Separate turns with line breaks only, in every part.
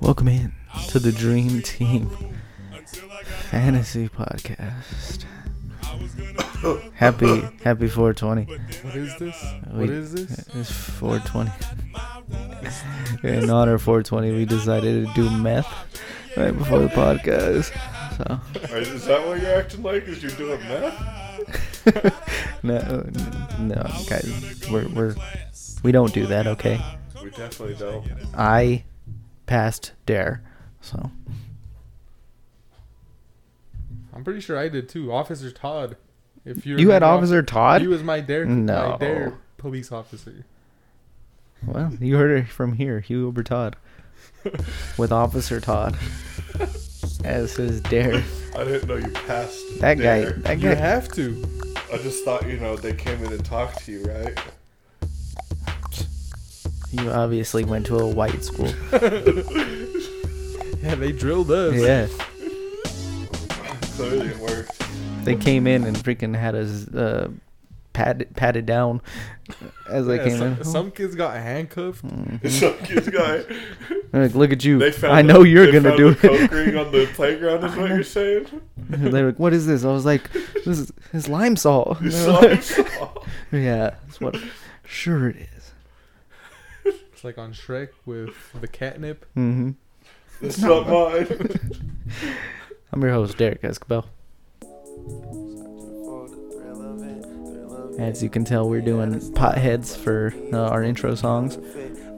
Welcome in to the Dream Team Fantasy Podcast. Happy happy 420.
What is this?
We- uh,
What is this?
It's 420. In honor of 420, we decided to do meth right before the podcast. So
Is, is that what you're acting like? Is you're doing meth?
no, n- no, guys, we're we're we don't do that. Okay,
We definitely don't.
I passed dare, so
I'm pretty sure I did too. Officer Todd. If you
you had
remember,
Officer Todd.
He was my dare.
No.
My dare police officer.
Well, you heard it from here, Hugh Ober Todd, with Officer Todd as his dare.
I didn't know you passed.
That guy,
there.
that
You
guy,
have to.
I just thought you know they came in and talked to you, right?
you obviously went to a white school.
Yeah, they drilled us.
Yeah,
Clearly it worked.
they came in and freaking had us uh, patted patted down as they
Yeah,
came
some,
in. Hmm.
some kids got handcuffed.
Some kid guy.
Like, look at you!
They found.
Mm-hmm. I know
the-
you're
they
gonna
found
do
the
it.
Coke ring on the playground is what you're saying.
They're like, "What is this?" I was like, "This is it's lime salt." And they're like,
So I'm sorry.
yeah, that's what. Sure, it is.
It's like on Shrek with the catnip.
Mm-hmm.
It's not mine.
I'm your host, Derek Escabel. As you can tell, we're doing potheads for uh, our intro songs.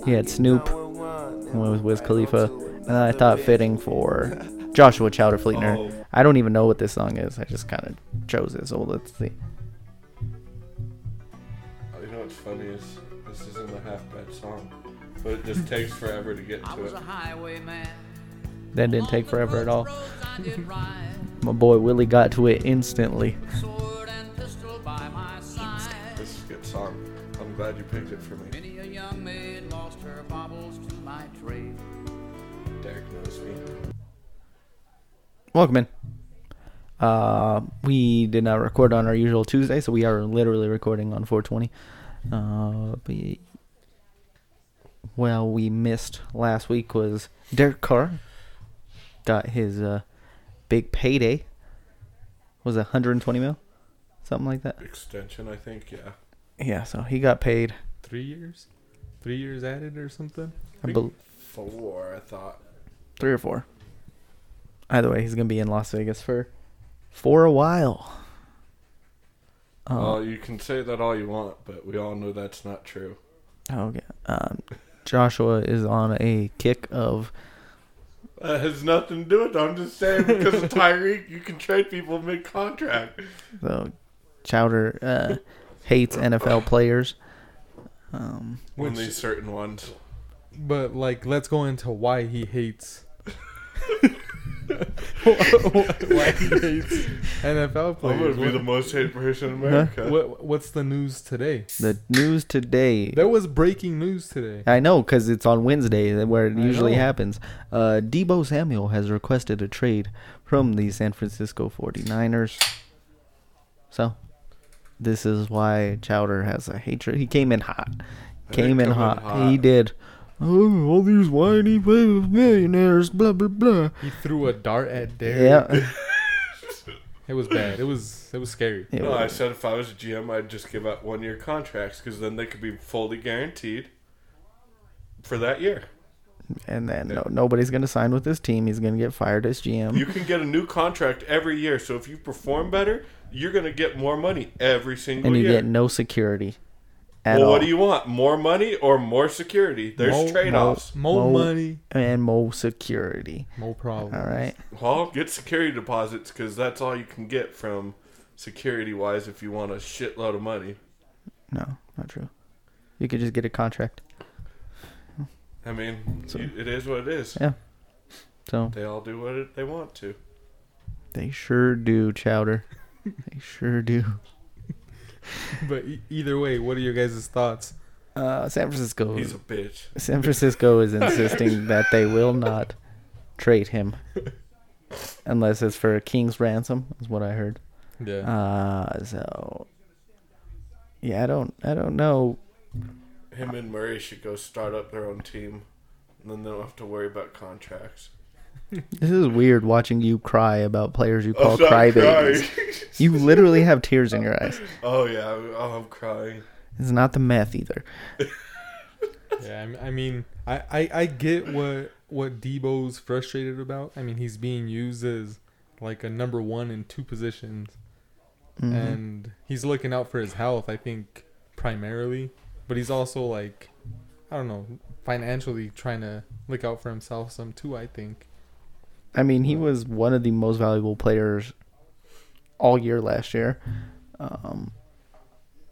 He had Snoop, one with Wiz Khalifa, and Uh, I thought fitting for Joshua Chowder Fleetner.
Oh.
I don't even know what this song is. I just kind of chose it. So let's see.
You know what's funny is this isn't a half bad song, but it just takes forever to get
I
to
was
it.
a highwayman.
That didn't take forever at all.
Roads I did ride,
My boy Willie got to it instantly.
sword and pistol by my side.
This is a good song. I'm glad you picked it for me.
Many a young maid lost her baubles to my trade.
Derek knows me.
Welcome in. Uh, we did not record on our usual Tuesday, so we are literally recording on 420. Uh, but well, we missed last week was Derek Carr got his uh, big payday. Was it 120 mil, something like that.
Extension, I think. Yeah.
Yeah, so he got paid.
Three years? Three years added or something?
I bel
Four, I thought.
three or four. Either way, he's gonna be in Las Vegas for for a while.
Well, you can say that all you want, but we all know that's not true.
Okay. Um, Joshua is on a kick of
That has nothing to do with it. I'm just saying because of Tyreek, you can trade people mid contract.
the Chowder uh, hates NFL players. Um,
Which-
Only certain ones.
But like, let's go into why he hates. why he hates NFL
I'm going
players.
to be the
What-
most hated person in America.
what, what's the news today?
the news today.
There was breaking news today.
I know because it's on Wednesday where it
I
usually
know.
happens. Uh, Debo Samuel has requested a trade from the San Francisco 49ers. So, this is why Chowder has a hatred. He came in hot.
I
Came
did
in
come in
hot.
hot.
He did. Oh, all these whiny millionaires, blah, blah, blah.
He threw a dart at Derek.
Yeah.
It was bad. It was it was scary.
It
No, I
was-
said if I was a GM, I'd just give out one year contracts because then they could be fully guaranteed for that year.
and then no, nobody's going to sign with this team. He's going to get fired as GM.
You can get a new contract every year. So if you perform better, you're going to get more money every single
and you
year.
get no security at
well,
all.
what do you want? More money or more security? There's
Mo-
trade offs.
Mo, mo,
Mo-
money,
and more security.
mo problem.
All right.
Well, get security deposits because that's all you can get from security wise if you want a shitload of money.
No, not true. You could just get a contract.
I mean, you- it is what it is.
Yeah. So
They all do what it, they want to.
they sure do, Chowder. they sure do.
But e- either way, what are your guys' thoughts?
Uh, San Francisco.
He's a bitch.
San Francisco is insisting that they will not trade him unless it's for a king's ransom, is what I heard.
Yeah.
Uh, so yeah, I don't, I don't know.
Him and Murray should go start up their own team, and then they don't have to worry about contracts.
This is weird watching you cry about players you call
I'm not
crybabies.
crying.
You literally have tears in your eyes.
oh yeah, I'm, oh, I'm crying.
It's not the meth either.
Yeah, I m- I mean, I, I, I get what what Debo's frustrated about. I mean, he's being used as like a number one in two positions,
Mm-hmm.
and he's looking out for his health. I think primarily, but he's also like, I don't know, financially trying to look out for himself some too. I think.
I mean, he was one of the most valuable players all year last year. Um,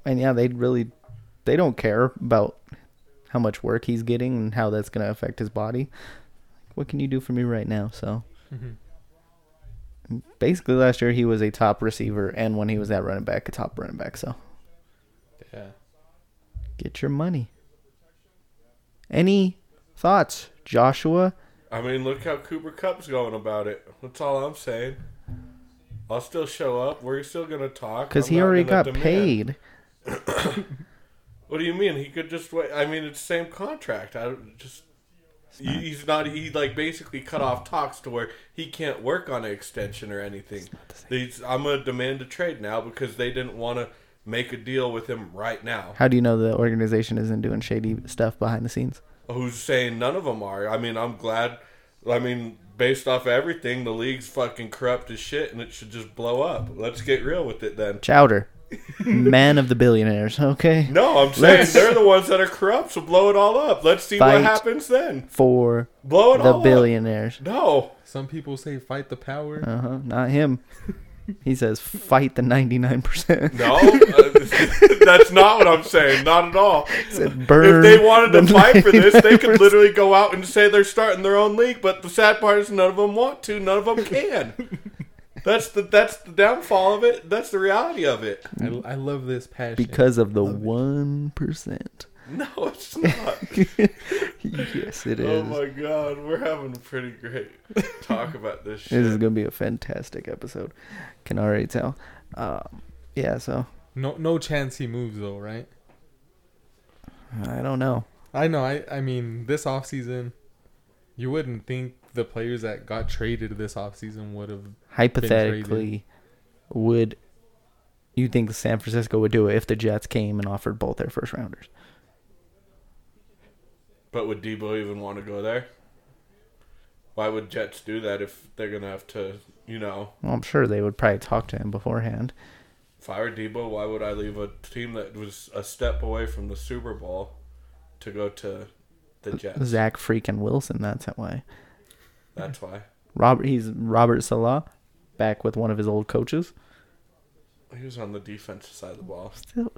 and yeah, they really they don't care about how much work he's getting and how that's going to affect his body. What can you do for me right now? So
Mhm.
basically, last year he was a top receiver, and when he was at running back, a top running back. So
Yeah.
get your money. Any thoughts, Joshua?
I mean, look how Cooper Cup's going about it. That's all I'm saying. I'll still show up. We're still gonna talk.
Because
I'm
he
not
already
gonna
got
demand-
paid.
What do you mean? He could just wait. I mean, it's the same contract. I don't- just he- he's not. He like basically cut off talks to where he can't work on an extension or anything. These, I'm gonna demand a trade now because they didn't want to make a deal with him right now.
How do you know the organization isn't doing shady stuff behind the scenes?
Who's saying none of them are? I mean, I'm glad. I mean, based off everything, the league's fucking corrupt as shit, and it should just blow up. Let's get real with it then.
Chowder, man of the billionaires. Okay,
No, I'm saying
Let's-
they're the ones that are corrupt, so blow it all up. Let's see
Fight.
what happens then.
for
Blow it
the
all
billionaires.
up. No.
Some people say fight the power.
Uh huh. Not him. He says, "Fight the ninety-nine percent."
No, uh, that's not what I'm saying. Not at all.
burn
if they wanted to
the
fight for this, they could
99%.
literally go out and say they're starting their own league. But the sad part is, none of them want to. None of them can. That's the that's the downfall of it. That's the reality of it.
I, I love this passion.
Because of the one percent.
No, it's not.
Yes, it
oh
is.
my god, we're having a pretty great talk about this shit.
this is gonna be a fantastic episode. Can already tell. Um, yeah. So
no no chance he moves though, right?
I don't know.
I know. I, I mean, this offseason, you wouldn't think the players that got traded this offseason would have.
hypothetically, would you think San Francisco would do it if the Jets came and offered both their first rounders?
But would Debo even want to go there? Why would Jets do that if they're gonna have to, you know?
Well, I'm sure they would probably talk to him beforehand.
If I were Debo, why would I leave a team that was a step away from the Super Bowl to go to the Jets?
Zach freaking Wilson, that's that way.
That's why
Robert, he's Robert Salah, back with one of his old coaches.
he was on the defensive side of the ball.
Still,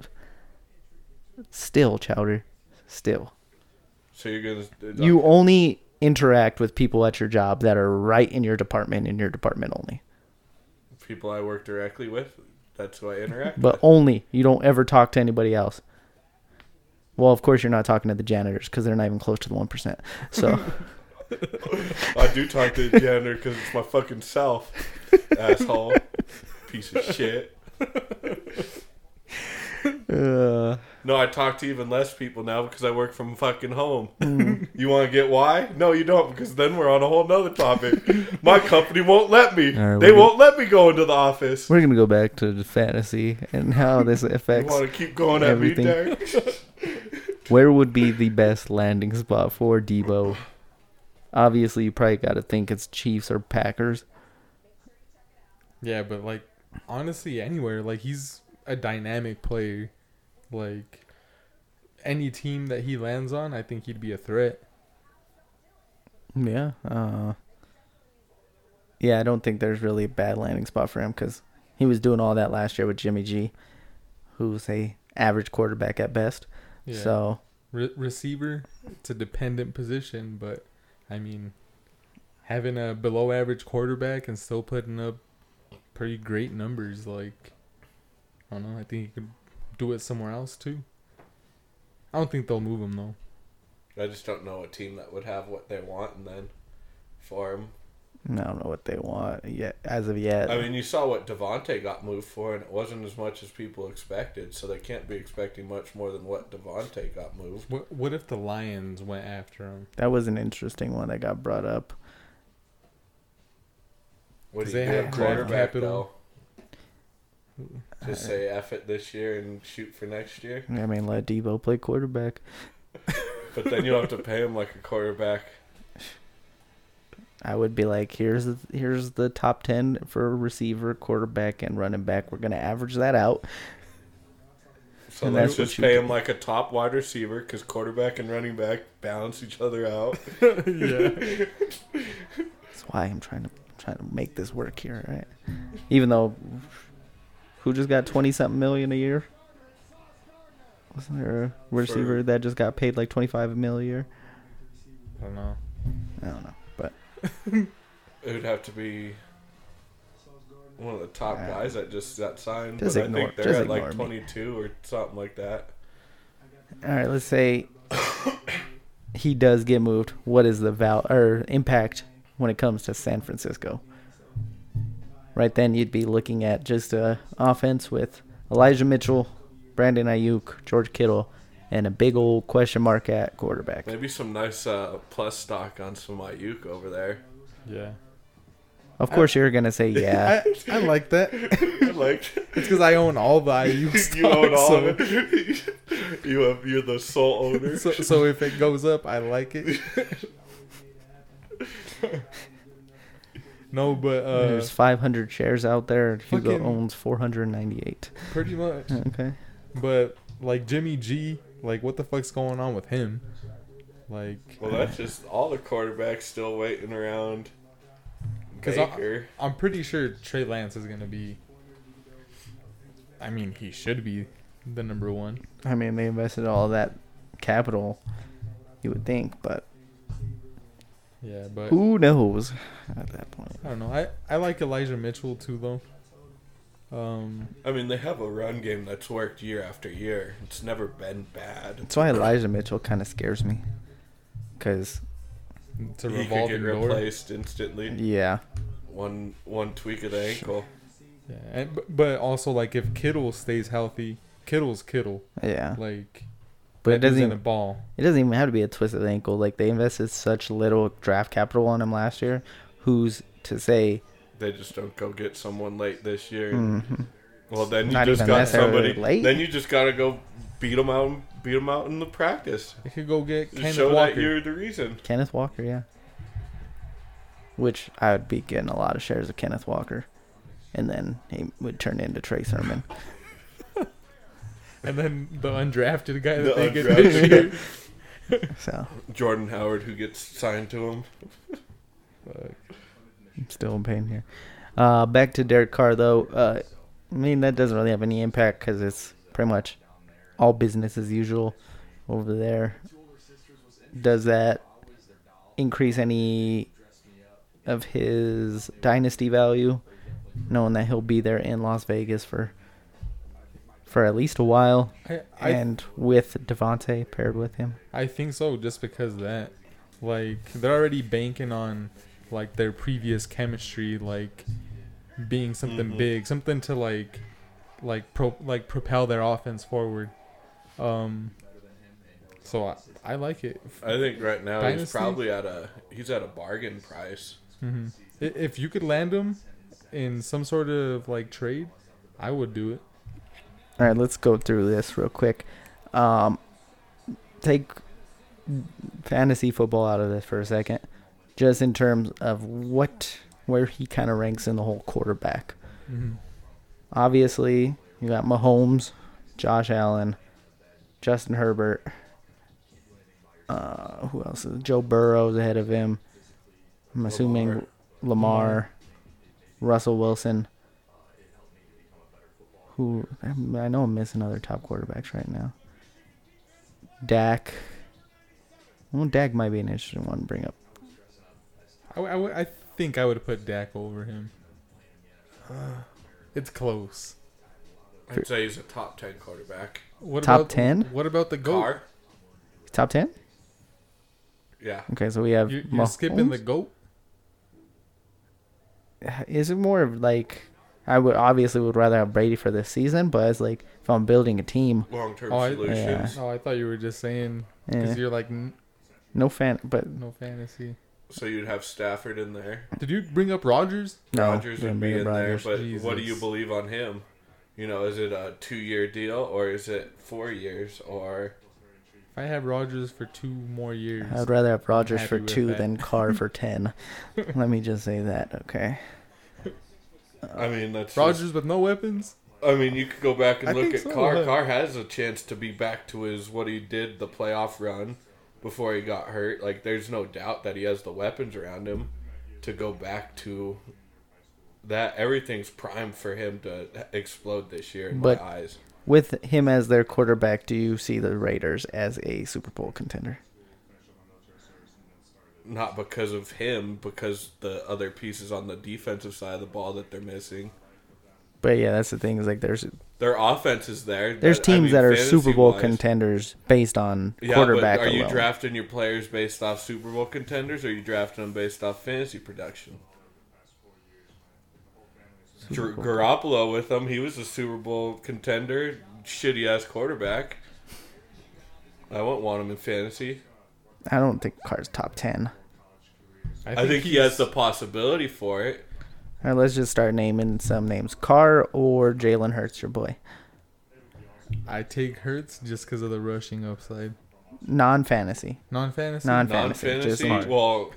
still Chowder, still.
So you're gonna
You only interact with people at your job that are right in your department, in your department only.
people I work directly with. That's who I interact.
But only. You don't ever talk to anybody else. Well, of course you're not talking to the janitors because they're not even close to the one percent. So
with. I do talk to the janitor because it's my fucking self, asshole, piece of shit.
uh,
No, I talk to even less people now because I work from fucking home.
Mm-hmm.
you want to get why? No, you don't because then we're on a whole nother topic. My company won't let me.
All right,
they
we're
won't let me go into the office.
we're gonna go back to the fantasy and how this
You
affects
want to keep going
Everything.
at me, Derek?
where would be the best landing spot for Debo? Obviously, you probably got to think it's Chiefs or Packers.
Yeah, but like, honestly, anywhere. Like, he's a dynamic player. Like, any team that he lands on, I think he'd be a threat.
Yeah. Uh, yeah, I don't think there's really a bad landing spot for him because he was doing all that last year with Jimmy G, who's a average quarterback at best.
Yeah.
So
Re- receiver, it's a dependent position, but I mean, having a below average quarterback and still putting up pretty great numbers, like, I don't know, I think he could do it somewhere else too. I don't think they'll move him though.
I just don't know a team that would have what they want and then for him.
I don't know what they want yet, as of yet.
I mean, you saw what Devonte got moved for, and it wasn't as much as people expected. So they can't be expecting much more than what Devonte got moved.
What, what if the Lions went after him?
that was an interesting one that got brought up.
What do
They
you
have
have
draft
quarterback
capital. Uh,
though? Just say F it this year and shoot for next year.
I mean, let Debo play quarterback.
But then you have to pay him like a quarterback.
I would be like, here's the, here's the top ten for receiver, quarterback, and running back. We're gonna average that out.
So
And
let's
that's what
just
you
pay
do.
him like a top wide receiver because quarterback and running back balance each other out.
yeah.
That's why I'm trying to trying to make this work here, right? Even though, who just got twenty something million a year? Wasn't there a receiver
For-
that just got paid like twenty five mil a year?
I don't know.
I don't know, but
It would have to be one of the top
Uh,
guys that just got signed.
just
but I
ignore-
think they're
just
at like
ignore me.
22 or something like that.
all right, let's say he does get moved. What is the val or impact when it comes to San Francisco? Right then, you'd be looking at just a offense with Elijah Mitchell, Brandon Ayuk, George Kittle, and a big old question mark at quarterback.
Maybe some nice uh, plus stock on some Ayuk over there.
Yeah.
Of course, you're gonna say yeah.
I, I like that. It's
like
because I own all the IU stocks.
you own all
so,
of it. you have, you're the sole owner.
So, so if it goes up, I like it. no, but uh,
There's 500 shares out there. and Hugo
fucking-
owns 498.
pretty much.
Okay.
But like Jimmy G, like what the fuck's going on with him? Like,
Well, that's just all the quarterbacks still waiting around.
'Cause I-
Baker.
I'm pretty sure Trey Lance is gonna be. I mean, he should be the number one.
I mean, they invested all that capital, you would think, but
Yeah, but
who knows at that point?
I don't know. I I like Elijah Mitchell too though. Um,
I mean, they have a run game that's worked year after year. It's never been bad.
That's why Elijah Mitchell kind of scares me. Because,
it's a
He could get
revolving door.
replaced instantly.
yeah.
One one tweak of the ankle.
Yeah, and, bu- but also like if Kittle stays healthy, Kittle's Kittle.
Yeah.
Like,
But it
that dude's
doesn't
in a
even,
ball.
it doesn't even have to be a twisted ankle. Like, they invested such little draft capital on him last year. Who's to say?
They just don't go get someone late this year.
Mhm.
Well, then you
Not
just
even
got
necessarily
somebody.
late.
Then you just gotta go beat them out. Beat them out in the practice.
They could go get
Just
Kenneth
show
Walker.
that you're the reason.
Kenneth Walker, yeah. Which I would be getting a lot of shares of Kenneth Walker, and then he would turn into Trey Sermon.
And then the undrafted guy
The
that they get
undrafted
this year.
So
Jordan Howard, who gets signed to him.
Fuck.
I'm still in pain here. Uh, back to Derek Carr though. Uh, I mean that doesn't really have any impact because it's pretty much all business as usual over there. Does that increase any of his dynasty value, knowing that he'll be there in Las Vegas for for at least a while?
I, I,
and with Devonte paired with him.
I think so, just because of that. Like, they're already banking on, like, their previous chemistry, like, being something
Mhm.
big, something to, like, like, pro, like propel their offense forward. Um, so I, I like it.
I think right now he's
Dynasty?
probably at a he's at a bargain price.
hmm If you could land him in some sort of, like, trade, I would do it.
All right, let's go through this real quick. Um, take fantasy football out of this for a second, just in terms of what where he kind of ranks in the whole quarterback.
hmm
Obviously, you got Mahomes, Josh Allen, Justin Herbert. Uh, who else? Is Joe Burrow's ahead of him. I'm assuming
Lamar.
Lamar, Russell Wilson. Who I'm- I know I'm missing other top quarterbacks right now. Dak. Well, Dak might be an interesting one to bring up.
I, w- I, w- I think I would put Dak over him. It's close.
I'd say he's a top ten quarterback.
What
Top
about,
10?
What about the goat?
Car,
Top ten.
yeah.
Okay, so we have
You're, you're skipping the
Mahomes.
goat.
is it more of like I would obviously would rather have Brady for this season, but it's like if I'm building a team,
Long term
Oh, I,
solutions.
oh, I thought you were just saying
eh,
because you're like n-
no fan, but
no fantasy.
So you'd have Stafford in there.
Did you bring up Rogers?
no,
Rodgers
wouldn't
would be
bring
in
up
there,
Rodgers.
but what do you
Jesus.
believe on him? You know, is it a two year deal or is it four years or
If I had Rogers for two more years,
I'd rather have Rogers
happy
for
with
two
that.
than Carr for ten. Let me just say that, okay?
I mean that's just-
Rogers with no weapons.
I mean you could go back and
I
look
think
at
so,
Carr.
huh?
Carr has a chance to be back to his what he did the playoff run before he got hurt. Like there's no doubt that he has the weapons around him to go back to that everything's primed for him to explode this year in
But-
my eyes.
With him as their quarterback, do you see the Raiders as a Super Bowl contender?
not because of him, because the other pieces on the defensive side of the ball that they're missing.
But yeah, that's the thing. Is like there's
Their offense is there.
there's
I
teams
mean,
that are Super Bowl
fantasy-wise-
contenders based on
Yeah,
quarterback
but are you
alone.
drafting your players based off Super Bowl contenders, or are you drafting them based off fantasy production? Gar- Garoppolo with them, he was a Super Bowl contender, shitty ass quarterback. I wouldn't want him in fantasy.
I don't think Carr's top ten.
I think he has the possibility for it.
All right, let's just start naming some names. Carr or Jalen Hurts, your boy.
I take Hurts just because of the rushing upside.
Non fantasy.
Non fantasy.
Non-
Non
fantasy, just like-
fantasy. Well,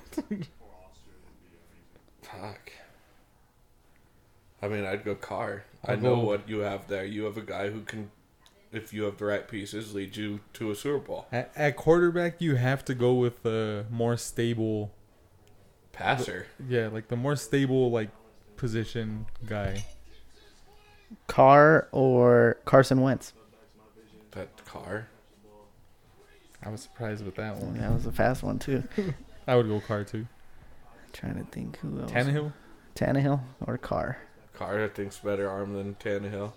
fuck. I mean, I'd go car. I
I'll
know
go-
what you have there. You have a guy who can, if you have the right pieces, lead you to a Super Bowl
At, at quarterback, you have to go with the more stable.
passer.
Yeah, like the more stable like position guy.
Carr or Carson Wentz.
That car.
I was surprised with that one.
That was a fast one too.
I would go Carr too.
trying to think who else.
Tannehill.
Tannehill or Carr.
Carr, I think's better arm than Tannehill.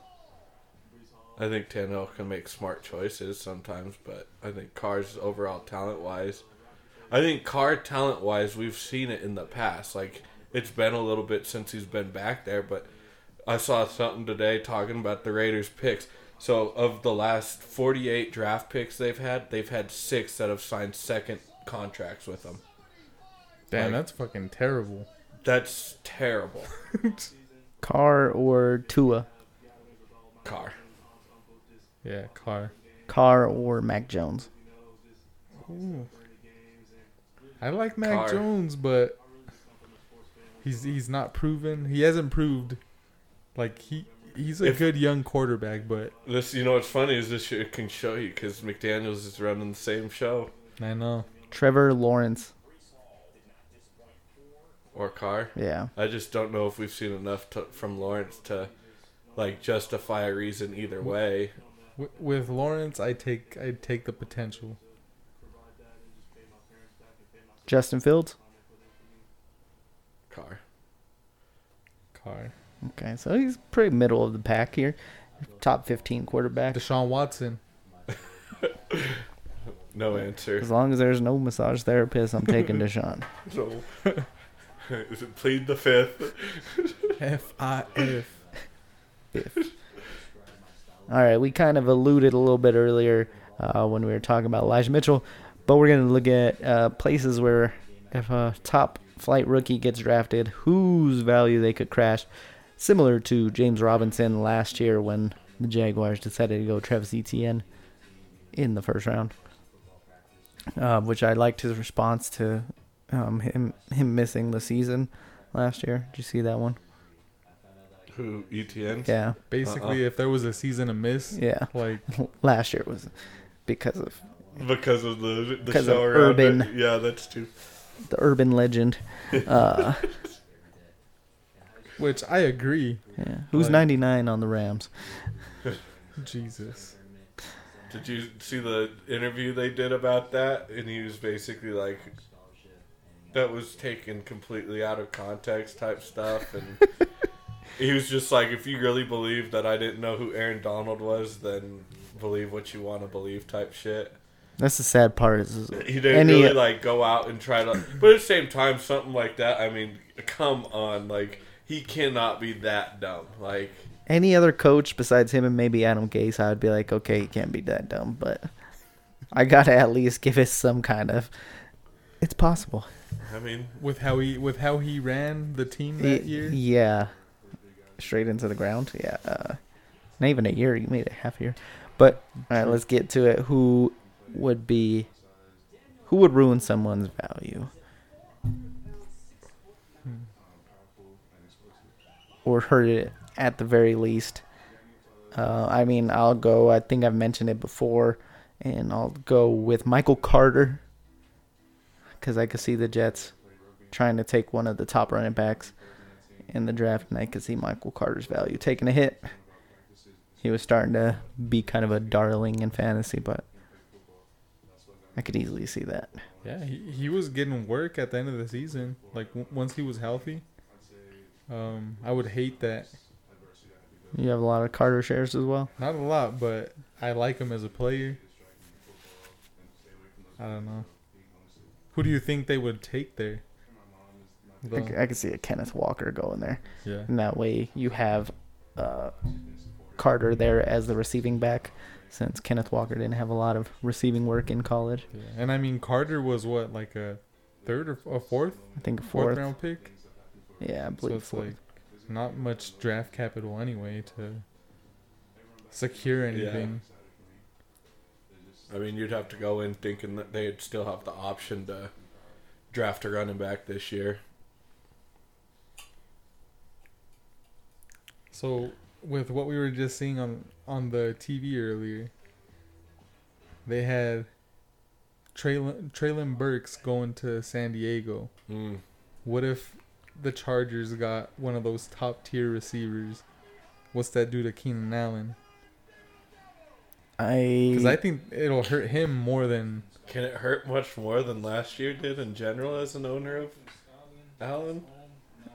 I think Tannehill can make smart choices sometimes, but I think Carr's overall talent wise, I think Carr talent wise, we've seen it in the past. Like it's been a little bit since he's been back there, but I saw something today talking about the Raiders picks. So of the last forty-eight draft picks they've had, they've had six that have signed second contracts with them.
Damn,
Like-
that's fucking terrible.
That's terrible,
Carr or Tua.
Carr.
Yeah, Carr.
Carr or Mac Jones.
I like Mac
Carr.
Jones, but he's he's not proven. He hasn't proved. Like he he's a
If-
good young quarterback, but
This, you know, what's funny is this shit can show you because McDaniel's is running the same show
I know.
Trevor Lawrence.
or Carr.
Yeah.
I just don't know if we've seen enough to, from Lawrence to like justify a reason either way.
With, with Lawrence, I take I take the potential.
Justin Fields.
Carr,
Carr.
Okay, so he's pretty middle of the pack here. Top 15 quarterback.
Deshaun Watson.
no answer.
As long as there's no massage therapist, I'm taking Deshaun.
So, is it plead the fifth?
F I F.
All right, we kind of alluded a little bit earlier uh, when we were talking about Elijah Mitchell, but we're going to look at uh, places where if a top flight rookie gets drafted, whose value they could crash, similar to James Robinson last year when the Jaguars decided to go Travis Etienne in the first round, uh, which I liked his response to um, him him missing the season last year. Did you see that one?
Who E ETN?
Yeah,
Basically, if there was a season amiss,
yeah.
like
Last year was because of
Because of the the
'Cause of
show around it.
urban.
Yeah, that's too.
the urban legend. Uh,
which I agree.
yeah. Who's
Like-
99 on the Rams?
Jesus.
Did you see the interview they did about that? And he was basically like, that was taken completely out of context type stuff. And he was just like, if you really believe that I didn't know who Aaron Donald was, then believe what you want to believe type shit.
That's the sad part. Is, is
He didn't
Any-
really like go out and try to. But at the same time, something like that, I mean, come on. Like, he cannot be that dumb. Like
Any other coach besides him and maybe Adam Gase, I'd be like, okay, he can't be that dumb, but I gotta at least give it some kind of. It's possible.
I mean,
with how he with how he ran the team
Y-
that year.
Yeah. Straight into the ground. Yeah. Uh, not even a year. You made it half a year. But all right, let's get to it. Who would be? Who would ruin someone's value?
Hmm.
Or hurt it at the very least. Uh, I mean, I'll go. I think I've mentioned it before, and I'll go with Michael Carter because I could see the Jets trying to take one of the top running backs in the draft, and I could see Michael Carter's value taking a hit. He was starting to be kind of a darling in fantasy, but I could easily see that.
Yeah, he, he was getting work at the end of the season. Like w- once he was healthy. Um, I would hate that.
You have a lot of Carter shares as well.
Not a lot, but I like him as a player. I don't know. Who do you think they would take there?
I,
The-
c- I could see a Kenneth Walker going there,
yeah.
and that way you have uh, Carter there as the receiving back, since Kenneth Walker didn't have a lot of receiving work in college.
yeah. And I mean Carter was what like a third or a fourth
I think
fourth,
fourth.
round pick.
Yeah, I
So
believe
it's
fourth.
like not much draft capital anyway to secure anything.
I mean, you'd have to go in thinking that they'd still have the option to draft a running back this year.
So with what we were just seeing on on the TV earlier, they had Traylon Traylon Burks going to San Diego.
Mm.
What if the Chargers got one of those top tier receivers? What's that do to Keenan Allen? Because I
I
think it'll hurt him more than
Can it hurt much more than last year did in general as an owner of Allen?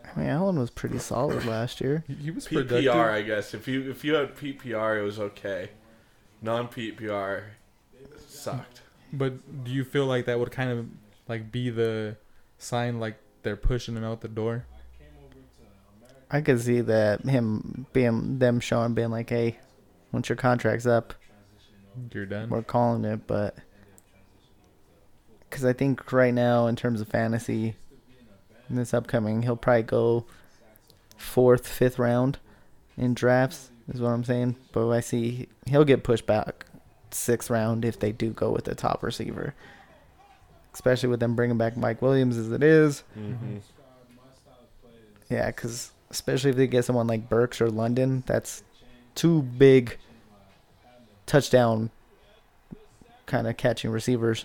I mean Allen was pretty solid last year.
he- he was
PPR,
productive.
I guess. If you if you had PPR, it was okay. Non PPR sucked.
But do you feel like that would kind of like be the sign like they're pushing him out the door?
I could see that him being them showing being like, hey, once your contract's up,
You're done.
we're calling it. But because I think right now in terms of fantasy, in this upcoming, he'll probably go fourth, fifth round in drafts is what I'm saying. But I see he'll get pushed back sixth round if they do go with the top receiver, especially with them bringing back Mike Williams as it is.
Mm-hmm.
Yeah, because especially if they get someone like Burks or London, that's two big touchdown kind of catching receivers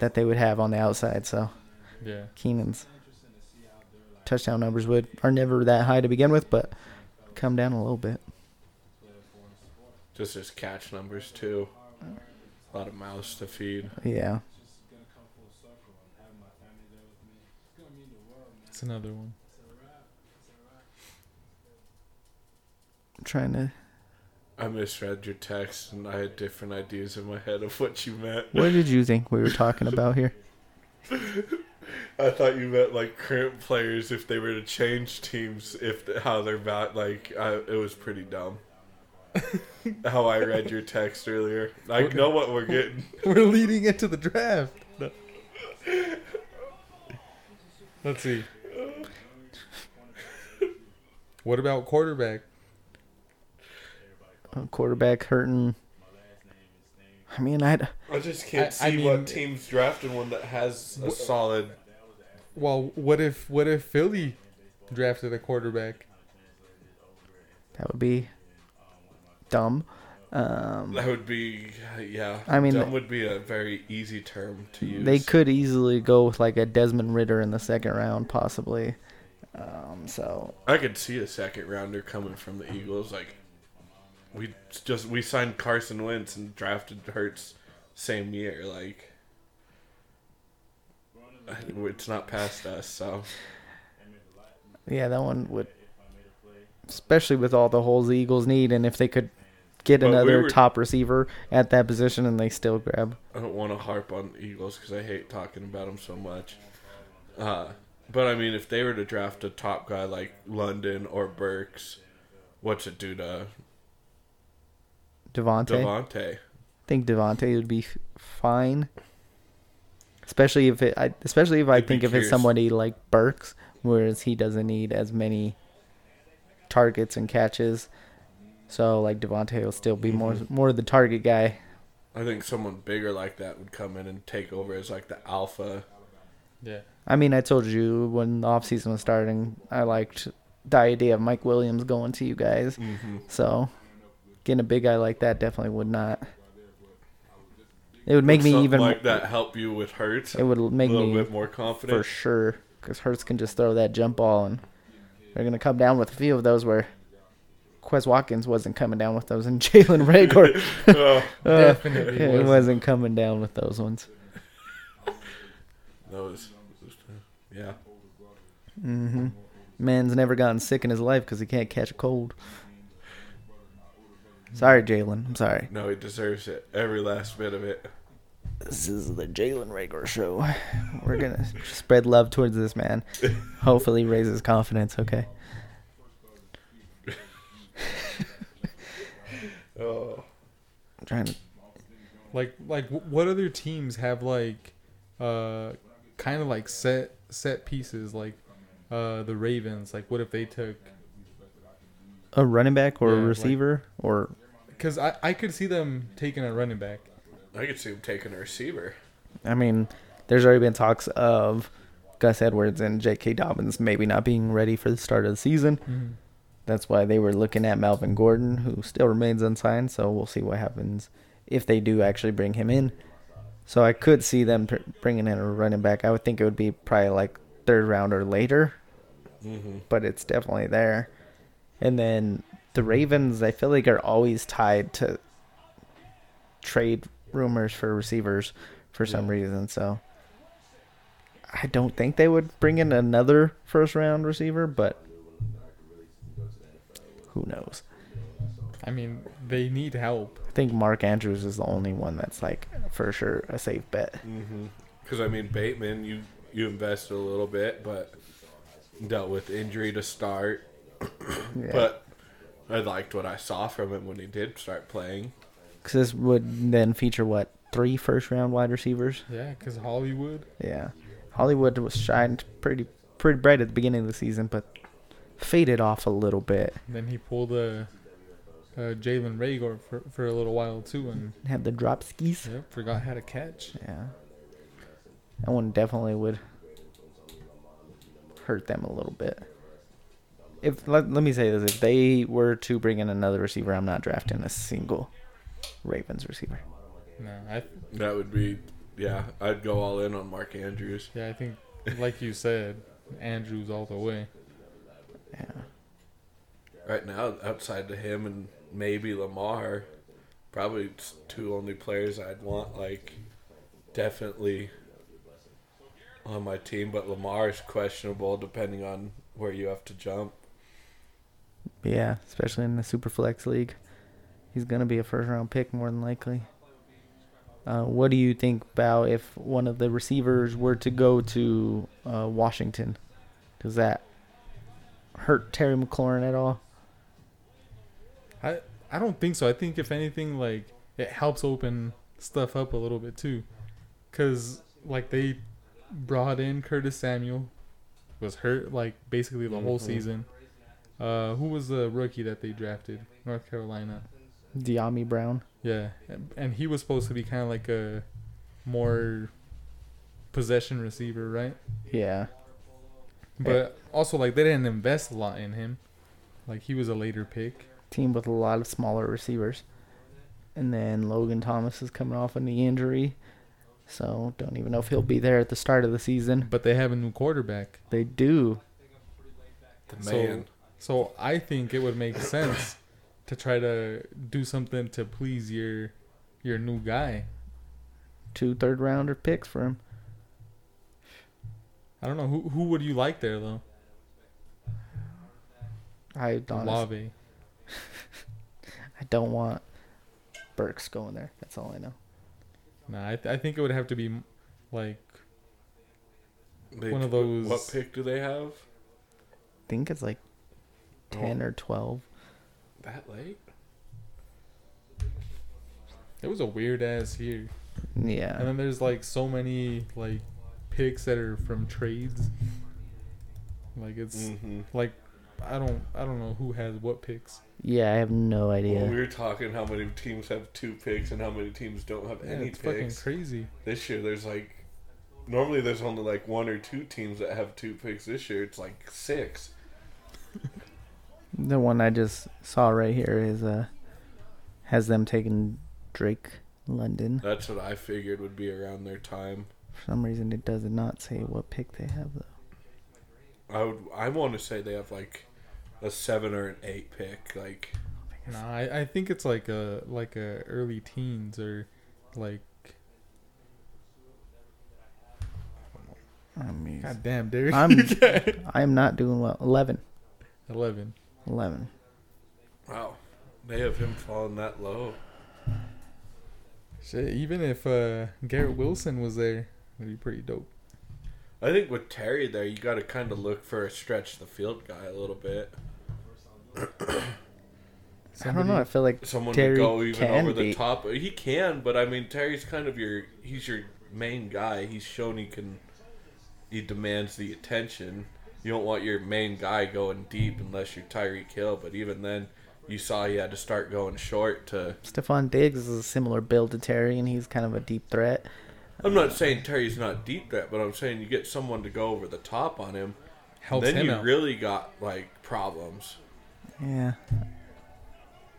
that they would have on the outside. So
Yeah.
Keenan's touchdown numbers would are never that high to begin with, but come down a little bit.
Just his catch numbers too. A lot of mouths to feed.
Yeah,
It's another one.
I'm trying to.
I misread your text, and I had different ideas in my head of what you meant.
What did you think we were talking about here?
I thought you meant like current players if they were to change teams, if how they're about. Like I, it was pretty dumb. how I read your text earlier. I know what we're getting.
We're leading into the draft. No. Let's see. What about quarterback?
Uh, quarterback hurting. I mean, I'd.
I just can't
I-
see
I mean-
what team's drafting one that has a solid.
Well, what if what if Philly drafted a quarterback?
That would be dumb. Um,
That would be yeah.
I mean-
dumb would be a very easy term to use.
They could easily go with like a Desmond Ritter in the second round, possibly. Um, so
I could see a second rounder coming from the Eagles. Like we just we signed Carson Wentz and drafted Hurts same year. Like it's not past us. So
yeah, that one would, especially with all the holes the Eagles need, and if they could get
But we
another
were-
top receiver at that position, and they still grab.
I don't want to harp on the Eagles because I hate talking about them so much. Uh, But I mean, if they were to draft a top guy like London or Burks, what's it do to
Devontae.
Devontae?
I think Devontae would be f- fine. Especially if it, I, especially if I
It'd be
think if it's
Pierce.
somebody like Burks, whereas he doesn't need as many targets and catches. So like Devontae will still
Mm-hmm.
be more more the target guy.
I think someone bigger like that would come in and take over as like the alpha.
Yeah.
I mean, I told you when the offseason was starting, I liked the idea of Mike Williams going to you guys.
Mm-hmm.
So getting a big guy like that definitely would not. It would make
Would
me
something
even.
like that help you with Hurts.
It would
a
make
little
me
bit more confident.
for sure because Hurts can just throw that jump ball and they're gonna come down with a few of those where Quez Watkins wasn't coming down with those and Jalen Rager
Oh,
uh,
Definitely
it
wasn't.
wasn't coming down with those ones.
those, yeah.
hmm Man's never gotten sick in his life because he can't catch a cold. Sorry, Jalen. I'm sorry.
No, he deserves it. Every last bit of it.
This is the Jalen Rager show. We're gonna spread love towards this man. Hopefully, raise his confidence. Okay.
Oh.
I'm trying to.
Like like wh- what other teams have like uh kind of like set set pieces like uh the Ravens like what if they took
A running back or
Yeah,
a
like-
receiver or
cuz I I could see them taking a running back.
I could see him taking a receiver.
I mean, there's already been talks of Gus Edwards and J.K. Dobbins maybe not being ready for the start of the season. That's why they were looking at Melvin Gordon, who still remains unsigned. So we'll see what happens if they do actually bring him in. So I could see them pr- bringing in a running back. I would think it would be probably like third round or later, but it's definitely there. And then the Ravens, I feel like, are always tied to trade rumors for receivers for some reason. So I don't think they would bring in another first round receiver, but who knows?
I mean, they need help.
I think Mark Andrews is the only one that's like for sure a safe bet.
Because I mean, Bateman, you you invested a little bit, but dealt with injury to start.
Yeah.
But I liked what I saw from him when he did start playing.
Because this would then feature what three first round wide receivers.
Yeah, cuz Hollywood
Yeah, Hollywood was shined pretty pretty bright at the beginning of the season, but faded off a little bit.
then he pulled a uh, Jalen Rager for, for a little while too, and
Had the drop skis.
yeah, forgot how to catch.
Yeah, that one definitely would hurt them a little bit. If let, let me say this, if they were to bring in another receiver, I'm not drafting a single Ravens receiver.
No, I
That would be, yeah, I'd go all in on Mark Andrews.
yeah, I think like you said, Andrews all the way.
Right now, outside of him and maybe Lamar, probably it's two only players I'd want, like, definitely on my team. But Lamar is questionable depending on where you have to jump.
Yeah, especially in the Superflex league. He's going to be a first round pick more than likely. Uh, what do you think about if one of the receivers were to go to uh, Washington? Does that hurt Terry McLaurin at all?
I I don't think so. I think if anything, like it helps open stuff up a little bit too, cause like they brought in Curtis Samuel, was hurt like basically the whole
Mhm.
season. Uh, who was the rookie that they drafted? North Carolina.
Diami Brown?
Yeah, and- and he was supposed to be kind of like a more possession receiver, right?
Yeah.
But also like they didn't invest a lot in him. Like he was a later pick.
Team with a lot of smaller receivers. And then Logan Thomas is coming off a knee injury. So don't even know if he'll be there at the start of the season.
But they have a new quarterback.
They do.
The man.
So I think it would make sense to try to do something to please your your new guy.
Two third rounder picks for him.
I don't know who who would you like there though?
I honestly
Olave.
I don't want Burks going there. That's all I know.
Nah, I th- I think it would have to be like
They-
One of those-
What pick do they have?
think it's like ten or twelve.
That late?
It was a weird ass year. And
Yeah.
then there's like so many like picks that are from trades. Like it's
Mm-hmm.
like I don't I don't know who has what picks.
Yeah, I have no
we
idea.
were talking how many teams have two picks and how many teams don't have
Yeah,
any
it's fucking
picks.
crazy.
this year, there's like normally there's only like one or two teams that have two picks. This year, it's like six.
The one I just saw right here is uh has them taking Drake London.
That's what I figured would be around their time.
For some reason it does not say what pick they have though.
I would. I want to say they have like a seven or an eight pick. Like
Nah, I, I think it's like a like a early teens or like
I mean
god damn Derek
I'm I'm not doing well. Eleven.
eleven.
Eleven.
wow, they have him falling that low.
Shit, even if uh Garrett Wilson was there, it'd be pretty dope.
I think with Terry there, you got to kind of look for a stretch the field guy a little bit.
I don't know, I feel like
Someone
Terry
to go even
can
over the
be.
top. He can, but I mean Terry's kind of your he's your main guy. He's shown he can. He demands the attention. You don't want your main guy going deep unless you're Tyreek Hill, but even then, you saw he had to start going short to.
Stefan Diggs is a similar build to Terry and he's kind of a deep threat.
I'm not saying Terry's not deep threat, but I'm saying you get someone to go over the top on him,
helps
then
him
you
out.
really got like problems.
Yeah.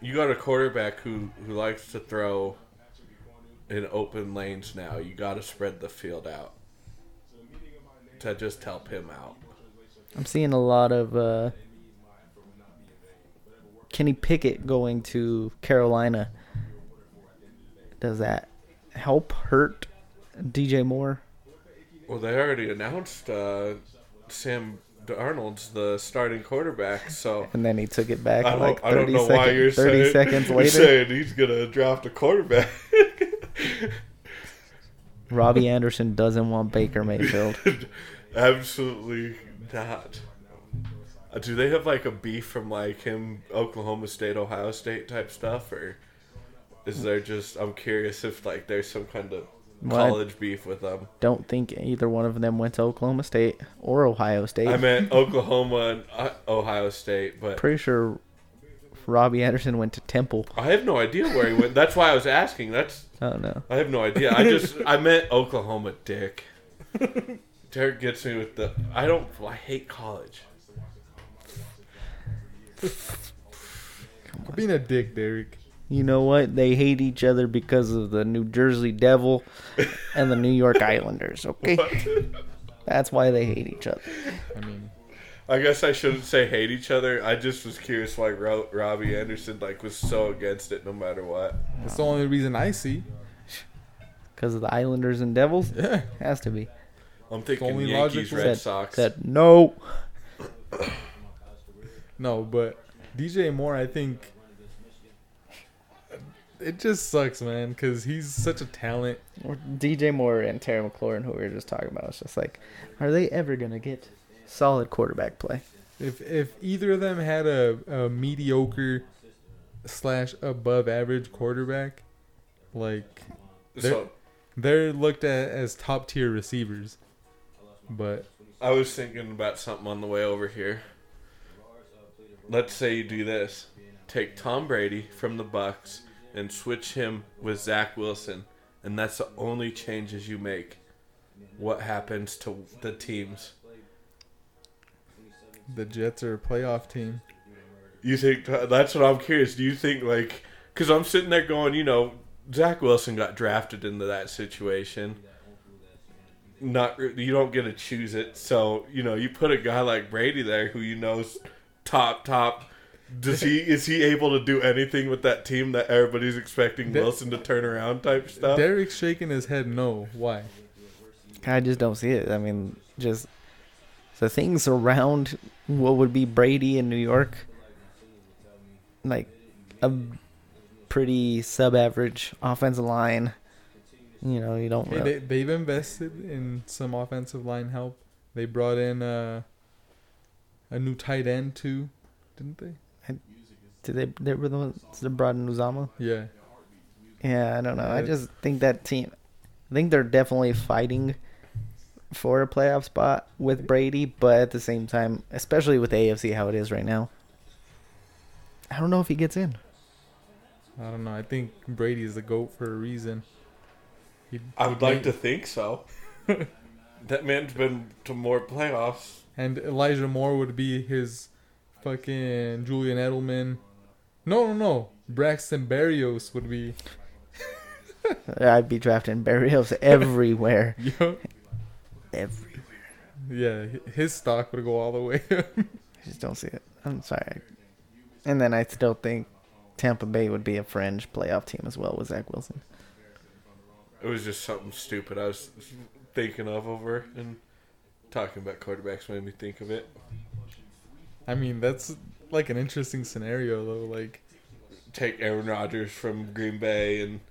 You got a quarterback who who likes to throw in open lanes now. You got to spread the field out to just help him out.
I'm seeing a lot of uh, Kenny Pickett going to Carolina. Does that help hurt DJ Moore?
Well, they already announced uh, Sam Darnold's the starting quarterback, so.
And then he took it back
I don't,
like 30,
I don't know
second-
why you're
30
saying,
seconds
you're
later.
saying he's gonna draft a quarterback.
Robbie Anderson doesn't want Baker Mayfield.
Absolutely not. Uh, Do they have like a beef from like him, Oklahoma State, Ohio State type stuff, or is there just? I'm curious if like there's some kind of
Well, I-
college beef with them.
don't think either one of them went to Oklahoma State or Ohio State.
I
I'm
meant Oklahoma and uh, Ohio State, but
pretty sure Robbie Anderson went to Temple.
I have no idea where he went. That's why I was asking. That's
I don't know.
I have no idea. I just I meant Oklahoma, Dick. Derek gets me with the I don't I hate college.
Quit being a dick, Derek.
You know what? They hate each other because of the New Jersey Devil and the New York Islanders, okay? That's why they hate each other.
I mean
I guess I shouldn't say hate each other. I just was curious why Ro- Robbie Anderson like was so against it no matter what.
that's the only reason I see.
Because of the Islanders and Devils?
Yeah.
Has to be.
I'm thinking
only
Yankees,
logical.
Red
Said,
Sox.
said no.
No, but DJ Moore, I think it just sucks, man, because he's such a talent.
Or DJ Moore and Terry McLaurin, who we were just talking about, it's just like, are they ever going to get solid quarterback play?
If if either of them had a, a mediocre slash above average quarterback, like
so
they're looked at as top tier receivers. But
I was thinking about something on the way over here. Let's say you do this. Take Tom Brady from the Bucks and switch him with Zach Wilson, and that's the only changes you make. What happens to the teams?
the Jets are a playoff team.
You think that's what I'm curious. Do you think like because I'm sitting there going, you know, Zach Wilson got drafted into that situation. Not re- you don't get to choose it, so you know you put a guy like Brady there who you know's top top. Does he is he able to do anything with that team that everybody's expecting
That-
Wilson to turn around type stuff?
Derek's shaking his head no. Why?
I just don't see it. I mean, just the things around what would be Brady in New York, like a pretty sub-average offensive line. You know, you don't.
Hey,
really-
they, they've invested in some offensive line help. They brought in uh, a new tight end too, didn't they?
Did they? They were the ones that brought in Uzama.
Yeah.
Yeah, I don't know. I
Yeah.
just think that team. I think they're definitely fighting for a playoff spot with Brady, but at the same time, especially with AFC how it is right now, I don't know if he gets in.
I don't know. I think Brady is the goat for a reason. He,
I would like to think so. that man's been to more playoffs.
And Elijah Moore would be his fucking Julian Edelman. No, no, no. Braxton Berrios would be.
I'd be drafting Barrios everywhere.
You know,
Every,
yeah, his stock would go all the way. up.
I just don't see it. I'm sorry. And then I still think Tampa Bay would be a fringe playoff team as well with Zach Wilson.
It was just something stupid I was thinking of over and talking about quarterbacks made me think of it.
I mean, that's like an interesting scenario though. Like,
Take Aaron Rodgers from Green Bay and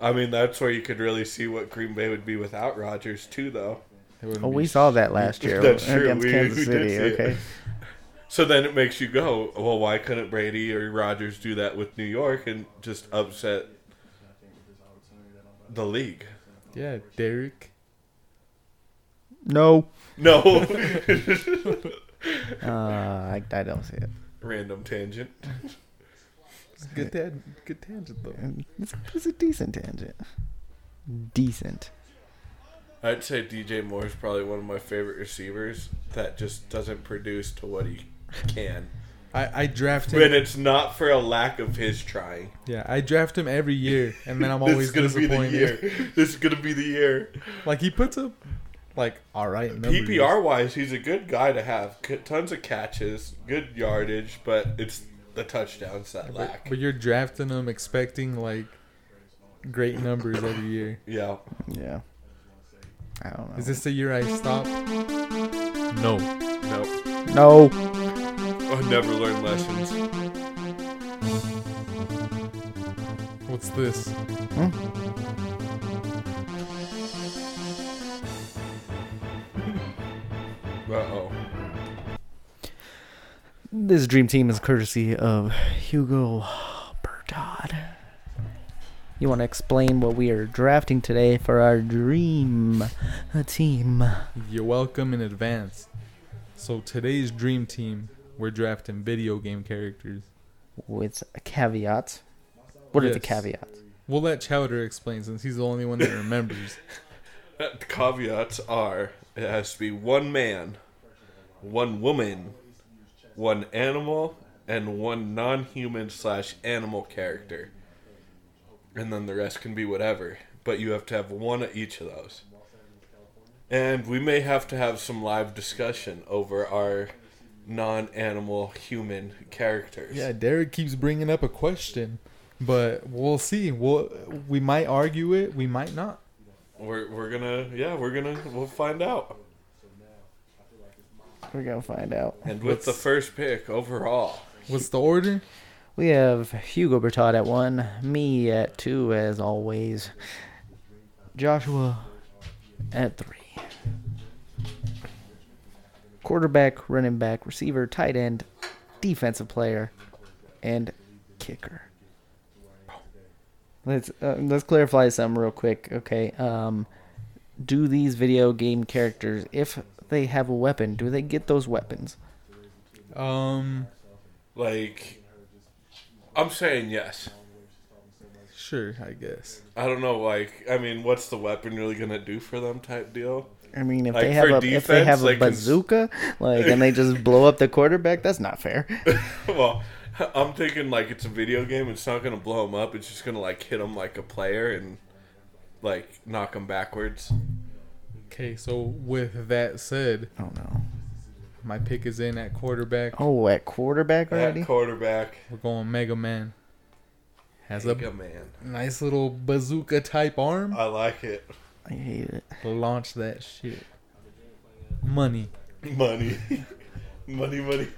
I mean that's where you could really see what Green Bay would be without Rodgers too though.
it wouldn't
Oh,
be
we
sh-
saw that last year
Mm-hmm. That's true.
against
We-
Kansas
we
City.
did see it.
Okay.
So then it makes you go, well, why couldn't Brady or Rodgers do that with New York and just upset the league?
Yeah, Derek.
No.
No.
Uh, I, I don't see it.
Random tangent.
It's a Good, tan- good tangent though.
And It's, it's a decent tangent. Decent.
I'd say DJ Moore is probably one of my favorite receivers that just doesn't produce to what he can.
I I draft
But
him.
it's not for a lack of his trying.
Yeah, I draft him every year, and then I'm
This is
always
gonna be the
disappointed.
year. This is gonna be the year.
Like he puts up, like all right numbers.
PPR wise, he's a good guy to have. C- Tons of catches, good yardage, but it's the touchdowns that lack.
But you're drafting them expecting like great numbers every year.
Yeah.
Yeah. I don't know.
Is this the year I stop? No.
Nope.
no?
I never learned lessons.
What's this?
Uh oh.
This dream team is courtesy of Hugo Bertod. You want to explain what we are drafting today for our dream team?
You're welcome in advance. So today's dream team, we're drafting video game characters.
With a caveat. What are the
Yes.
caveats?
We'll let Chowder explain since he's the only one that remembers.
The caveats are it has to be one man, one woman, one animal, and one non human slash animal character. And then the rest can be whatever. But you have to have one of each of those. And we may have to have some live discussion over our non animal human characters.
yeah, Derek keeps bringing up a question, but we'll see. We'll, we might argue it, we might not.
We're, we're gonna, yeah, we're gonna, we'll find out.
We're going to find out.
And with the
Let's-
first pick overall,
What's the order?
We have Hugo Bertod at one, me at two, as always, Joshua at three. Quarterback, running back, receiver, tight end, defensive player, and kicker. Let's uh, let's clarify some real quick, okay? Um, do these video game characters, if they have a weapon, do they get those weapons?
Um,
like, I'm saying yes.
sure, I guess.
I don't know, like, I mean, what's the weapon really gonna do for them type deal?
I mean, if
Like,
they have
for
a if they
defense,
have a
like, 'cause-
bazooka, like, and they just blow up the quarterback, that's not fair.
well, I'm thinking, like, it's a video game, it's not gonna blow them up, it's just gonna, like, hit them like a player and, like, knock them backwards.
Okay, so with that said,
Oh no!
my pick is in at quarterback.
Oh, at quarterback already?
That quarterback,
We're going Mega Man. Has
Mega
a
Man.
nice little bazooka type arm.
I like it.
I hate it.
Launch that shit. Money.
Money. money, money.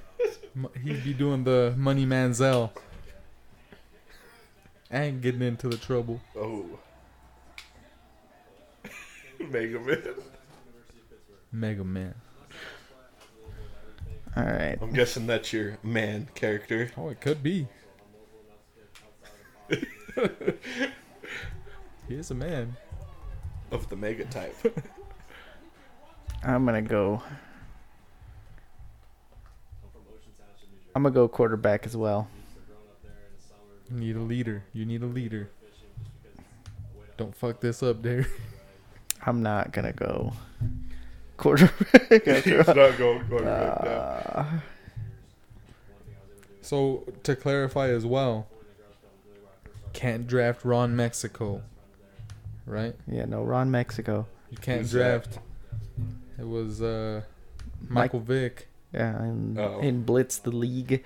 Mo- He'd be doing the Money Manziel. And getting into the trouble.
Oh. Mega Man.
Mega Man.
All right.
I'm guessing that's your man character.
Oh, it could be. he is a man.
of the mega type.
I'm gonna go. I'm gonna go quarterback as well.
You need a leader. You need a leader. Don't fuck this up, Derek.
I'm not gonna go quarterback. Uh, after all.
not going quarterback.
Uh,
So to clarify as well, can't draft Ron Mexico, right?
yeah, no, Ron Mexico.
You can't
Who's that?
draft. It was uh,
Mike-
Michael Vick.
Yeah, in,
Oh.
in Blitz the league.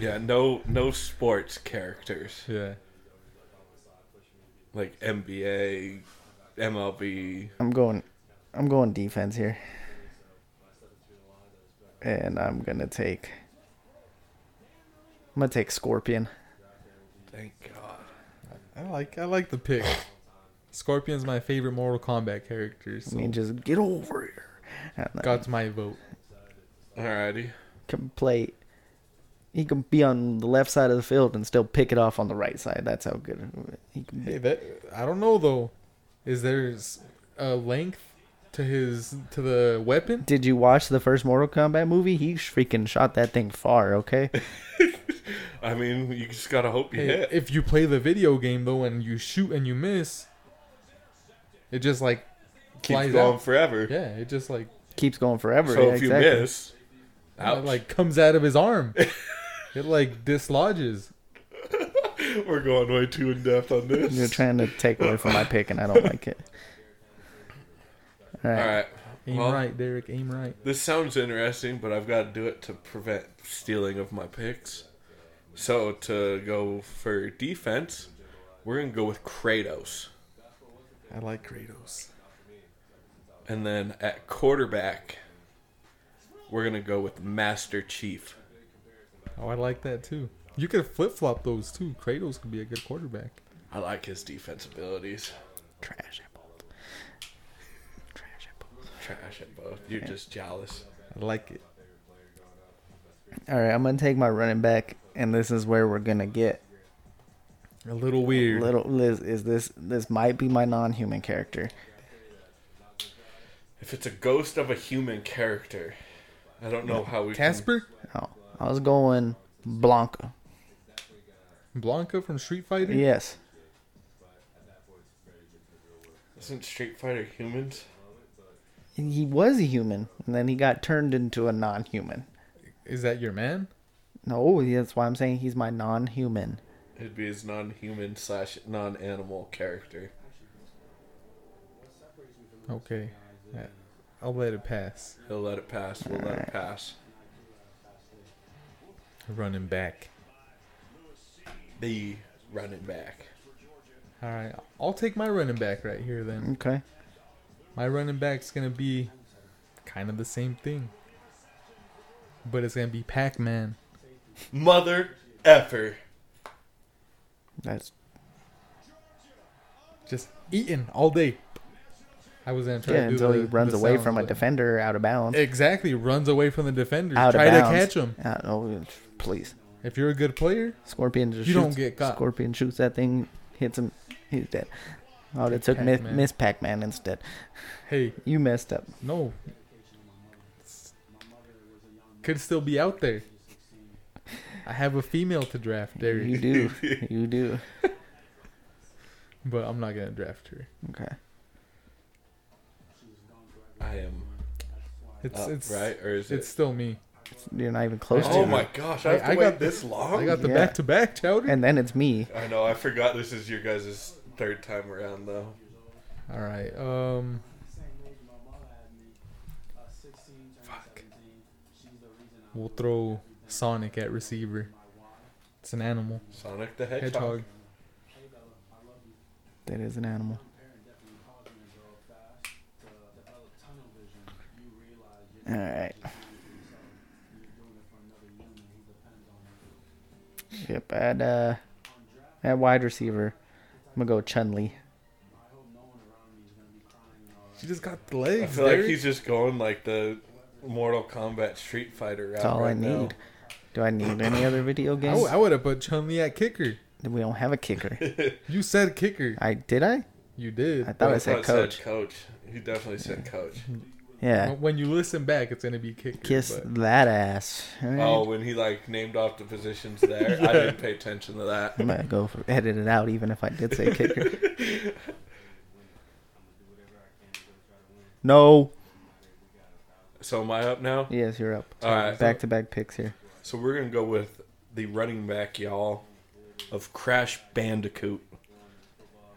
Yeah, no, no sports characters
Yeah.
like NBA, MLB.
I'm going. I'm going defense here. And I'm gonna take. I'm gonna take Scorpion.
Thank God.
I like I like the pick. Scorpion's my favorite Mortal Kombat character,
I
so
mean, just get over here. And then
got my vote.
Alrighty.
can play. He can be on the left side of the field and still pick it off on the right side. That's how good he can
Hey,
be.
that I don't know though. Is there s- a length to his to the weapon?
Did you watch the first Mortal Kombat movie? He freaking shot that thing far. Okay.
I mean, you just gotta hope you
Hey,
hit.
if you play the video game though and you shoot and you miss, it just like
Keeps
flies
going
out.
forever.
Yeah, it just like
Keeps going forever.
So
yeah,
if
exactly.
you miss,
it
ouch.
like comes out of his arm. it like dislodges.
we're going way too in depth on this.
You're trying to take away from my pick, and I don't like it. All right.
All right.
Aim
Well-
right, Derek. Aim right.
This sounds interesting, but I've got to do it to prevent stealing of my picks. So to go for defense, we're gonna go with Kratos,
I like Kratos.
and then at quarterback, we're gonna go with Master Chief.
Oh, I like that too. You could flip flop those too. Kratos could be a good quarterback.
I like his defense abilities.
Trash apples. Trash apples.
Trash at both. You're just jealous.
I like it.
All right, I'm gonna take my running back, and this is where we're gonna get
A little weird.
little. Liz, is this this might be my non-human character?
If it's a ghost of a human character, I don't know how we. can-
Casper
Oh, I was going Blanca.
Blanca from Street Fighter.
Yes.
isn't Street Fighter humans?
And He was a human, and then he got turned into a non-human.
Is that your man?
No, that's why I'm saying he's my non-human.
It'd be his non-human slash non-animal character.
Okay. Yeah. I'll let it pass.
He'll let it pass. We'll let it pass.
Running back.
the running back.
All right. I'll take my running back right here then.
Okay.
My running back's going to be kind of the same thing. But it's going to be Pac-Man.
Mother effer.
That's
Just eating all day. I was going to try
yeah.
to do
Until
the,
he runs
the
away
sound,
from a
but-
defender out of bounds.
Exactly. Runs away from the defender.
out
Try
of
to
bounds.
catch him.
Uh, oh, please.
If you're a good player,
Scorpion just
You
shoots,
don't get caught.
Scorpion shoots that thing, hits him, he's dead. Oh, they
Take
took Miss,
Pac-Man.
Miss Pac-Man instead.
hey,
You messed up.
no. Could still be out there. I have a female to draft, Derek.
You do. you do.
But I'm not gonna draft her.
Okay.
I am
It's
Oh,
up,
it's
right? Or is
it's still me.
You're not even close to
Oh
it.
my gosh! I,
Hey,
have to
I
wait
got-
this long.
I got the
Oh, yeah.
back to back chowder.
And then it's me.
I know. I forgot this is your guys' third time around though.
All right. Um. Fuck. We'll throw Sonic at receiver. It's an animal.
Sonic the Hedgehog.
Hedgehog.
That is an animal. All right. Yep, at uh, at wide receiver, I'm gonna go Chun Li.
She just got the
I
legs.
feel like
Derek.
he's just going like the Mortal Kombat Street Fighter.
That's all I need. Do I need any other video
I,
games?
would have put Chun Li at kicker.
we don't have a kicker.
You said kicker.
I did I?
You did.
I thought I said coach.
Said coach. He definitely said coach.
Yeah.
When- When you listen back, it's gonna be kicker.
Kiss
but-
that ass. alright?
Oh, when he like named off the positions there, I didn't pay attention to that.
I'm gonna go for, edit it out, even if I did say kicker. no.
So am I up now?
Yes, you're up.
All right.
Back to back picks here.
So we're gonna go with the running back, y'all, of Crash Bandicoot.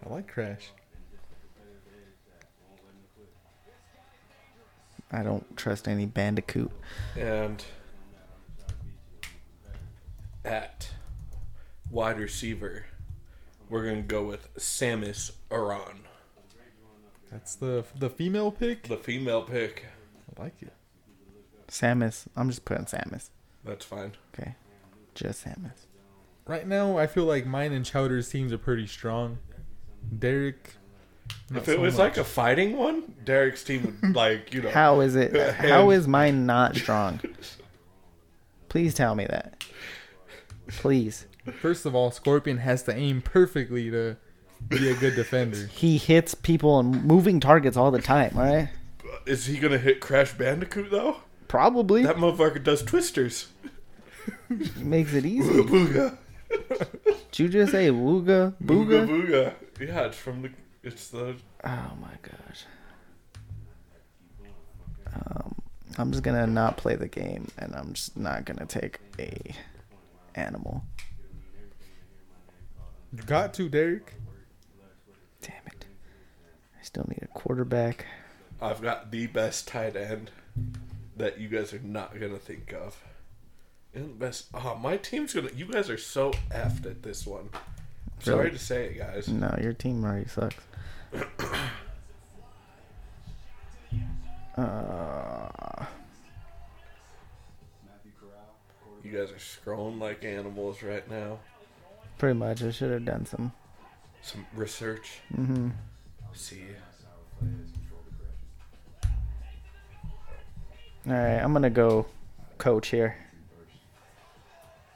I like Crash.
I don't trust any bandicoot.
and at wide receiver, we're gonna go with Samus Aran,
That's the the female pick.
the female pick.
I like it.
Samus. I'm just putting Samus.
That's fine.
Okay. Just Samus.
Right now, I feel like mine and Chowder's teams are pretty strong. Derek. not
if it
so
was
much.
like a fighting one, Derek's team would like you know.
How is it? How is mine not strong? Please tell me that. Please.
First of all, Scorpion has to aim perfectly to be a good defender.
He hits people and moving targets all the time, all right?
is he gonna hit Crash Bandicoot though?
Probably.
That motherfucker does twisters.
makes it easy.
Booga
Did you just say wooga booga?
booga booga. Yeah, it's from the. It's the.
Oh my gosh. Um, I'm just gonna not play the game, and I'm just not gonna take a animal.
You got to, Derek.
Damn it! I still need a quarterback.
I've got the best tight end that you guys are not gonna think of. And the best. Oh, my team's gonna. You guys are so effed at this one. Sorry
Really?
to say it, guys.
No, your team already sucks. Uh,
You guys are scrolling like animals right now.
pretty much. I should have done some.
Some research.
Mm-hmm.
See.
All right, I'm gonna go coach here.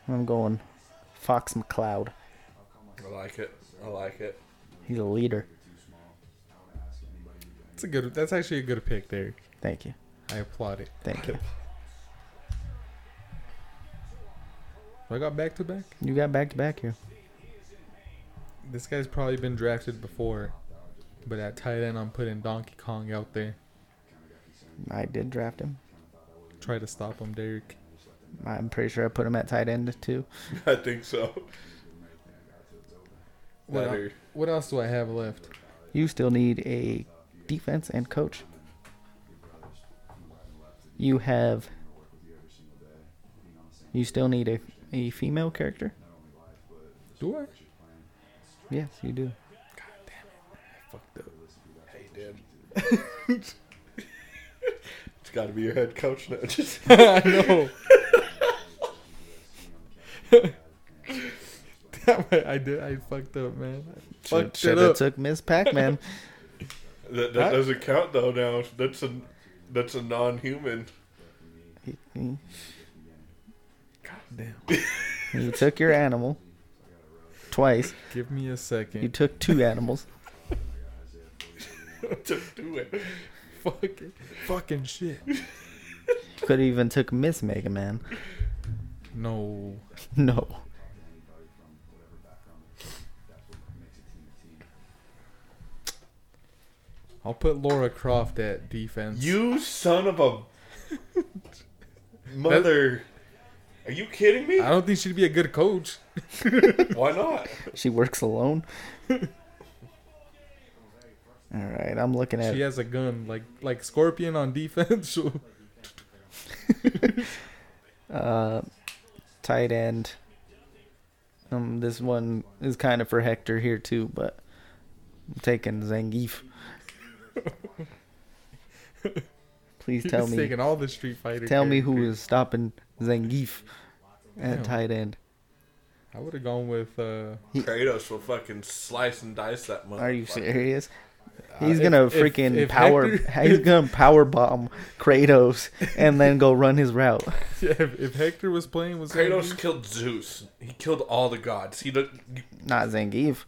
I'm going Fox McCloud.
I like it. I like it.
He's a leader.
That's a good. That's actually a good pick, Derek.
Thank you.
I applaud it.
Thank you.
I got back to back.
You got back to back here.
This guy's probably been drafted before, but at tight end, I'm putting Donkey Kong out there.
I did draft him.
Try to stop him, Derek.
I'm pretty sure I put him at tight end too.
I think so.
What, el-
Better.
what else do I have left?
You still need a defense and coach. You have. You still need a, a female character?
Do I?
Yes, you do.
Fucked up. Hey, dude. it's got to be your head coach now. Just
I know. Damn it, I did. I fucked up, man. I fucked it
have
up.
took Miss Pac-Man.
Huh?
that, that doesn't count though. Now that's a that's a non-human.
you, you-
Damn.
you took your animal twice.
Give me a
You
second.
took two animals.
to do it.
fucking, fucking shit.
You could have even took Miss Mega Man.
No.
No.
I'll put Laura Croft at defense.
You son of a mother. Are you kidding me?
I don't think she'd be a good coach.
Why not?
She works alone. All right, I'm looking at
She has a gun, like like Scorpion on defense. she'll-
uh, tight end. Um, this one is kind of for Hector here too, but I'm taking Zangief. Please tell
He's
me,
taking all the Street Fighter.
tell me who
characters.
is stopping Zangief
Damn.
at tight end.
I would have gone with. uh
He-
Kratos will fucking slice and dice that motherfucker.
Are you serious? He's
Uh, if-
gonna
if-
freaking
if
power.
Hector-
he's gonna power bomb Kratos and then go run his route.
Yeah, if, if Hector was playing with
Kratos
Kratos,
killed Zeus. He killed all the gods. He did
Not Zangief.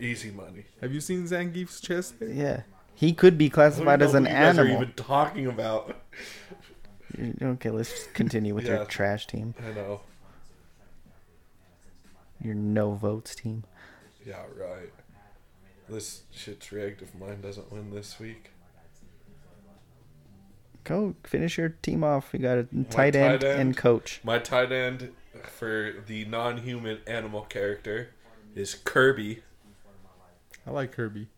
easy money.
have you seen Zangief's chest? hair?
Yeah, he could be
I don't
classified
know
as an
what you guys
animal.
Are even talking about?
Okay, let's just continue with your
Yeah.
trash team,
I know.
your no votes team.
Yeah, right. This shit's rigged if mine doesn't win this week.
Go finish your team off. You got a tight,
tight
end,
end?
and coach.
My tight end for the non-human animal character is Kirby.
I like Kirby.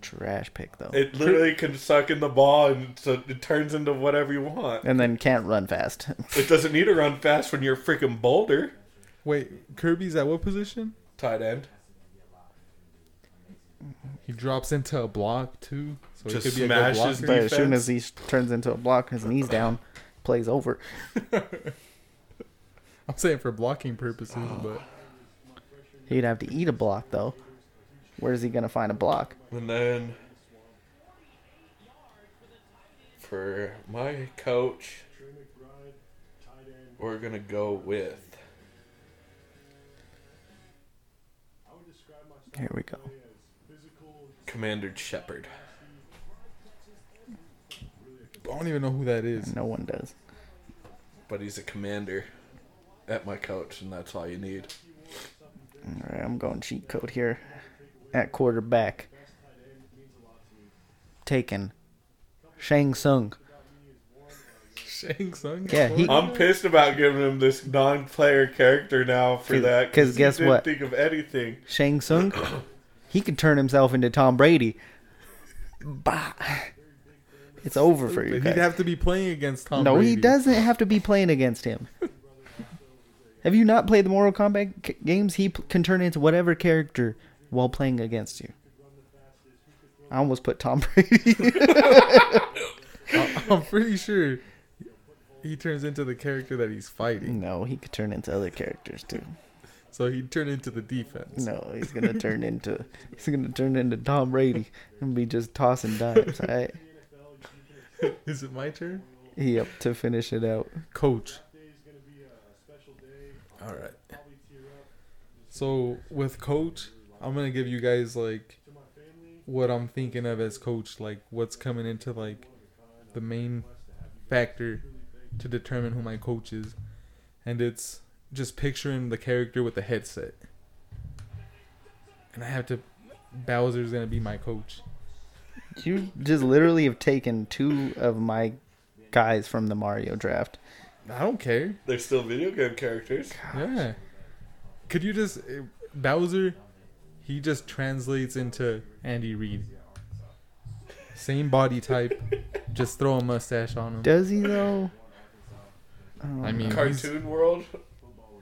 Trash pick though,
It literally can suck in the ball and so it turns into whatever you want.
and then can't run fast.
It doesn't need to run fast when you're a freaking boulder.
Wait, Kirby's at what position?
Tight end.
He drops into a block too, so
Just
he could be a good
smashes
blocker.
but as soon
defense.
as he s- turns into a block, his knees down, plays over.
I'm saying for blocking purposes, but
He'd have to eat a block though. Where is he gonna find a block?
And then for my coach, we're gonna go with
Here we go.
Commander Shepard.
I don't even know who that
Mm.
is.
No one does.
But he's a commander at my coach, and that's all you need.
All right, I'm going cheat code here. At quarterback, taken Shang Tsung.
Shang Tsung.
Yeah, he-
Um,
I'm pissed about giving him this non-player character now for
Cause-
that.
'cause
he
guess
didn't
what?
Think of anything.
Shang Tsung, he could turn himself into Tom Brady. Bah. It's over for you
But
guys.
he'd have to be playing against Tom.
no, he
Brady.
doesn't have to be playing against him. have you not played the Mortal Kombat c- games? He p- can turn into whatever character while playing against you. I almost put Tom Brady.
I'm pretty sure he turns into the character that he's fighting.
no, he could turn into other characters too.
So he'd turn into the defense.
Mm. No, he's gonna turn into he's gonna turn into Tom Brady and be just tossing dimes. All right,
Is it my turn?
yep, to finish it out.
Coach.
All right.
So with coach, I'm gonna give you guys like what I'm thinking of as coach, like what's coming into like the main factor to determine who my coach is, and it's just picturing the character with the headset, and I have to Bowser's gonna be my coach.
You just literally have taken two of my guys from the Mario draft.
I don't care.
They're still video game characters.
Yeah. Could you just eh, Bowser? He just translates into Andy Reid. Same body type. just throw a mustache on him.
Does he though?
I mean, he's-
Cartoon world.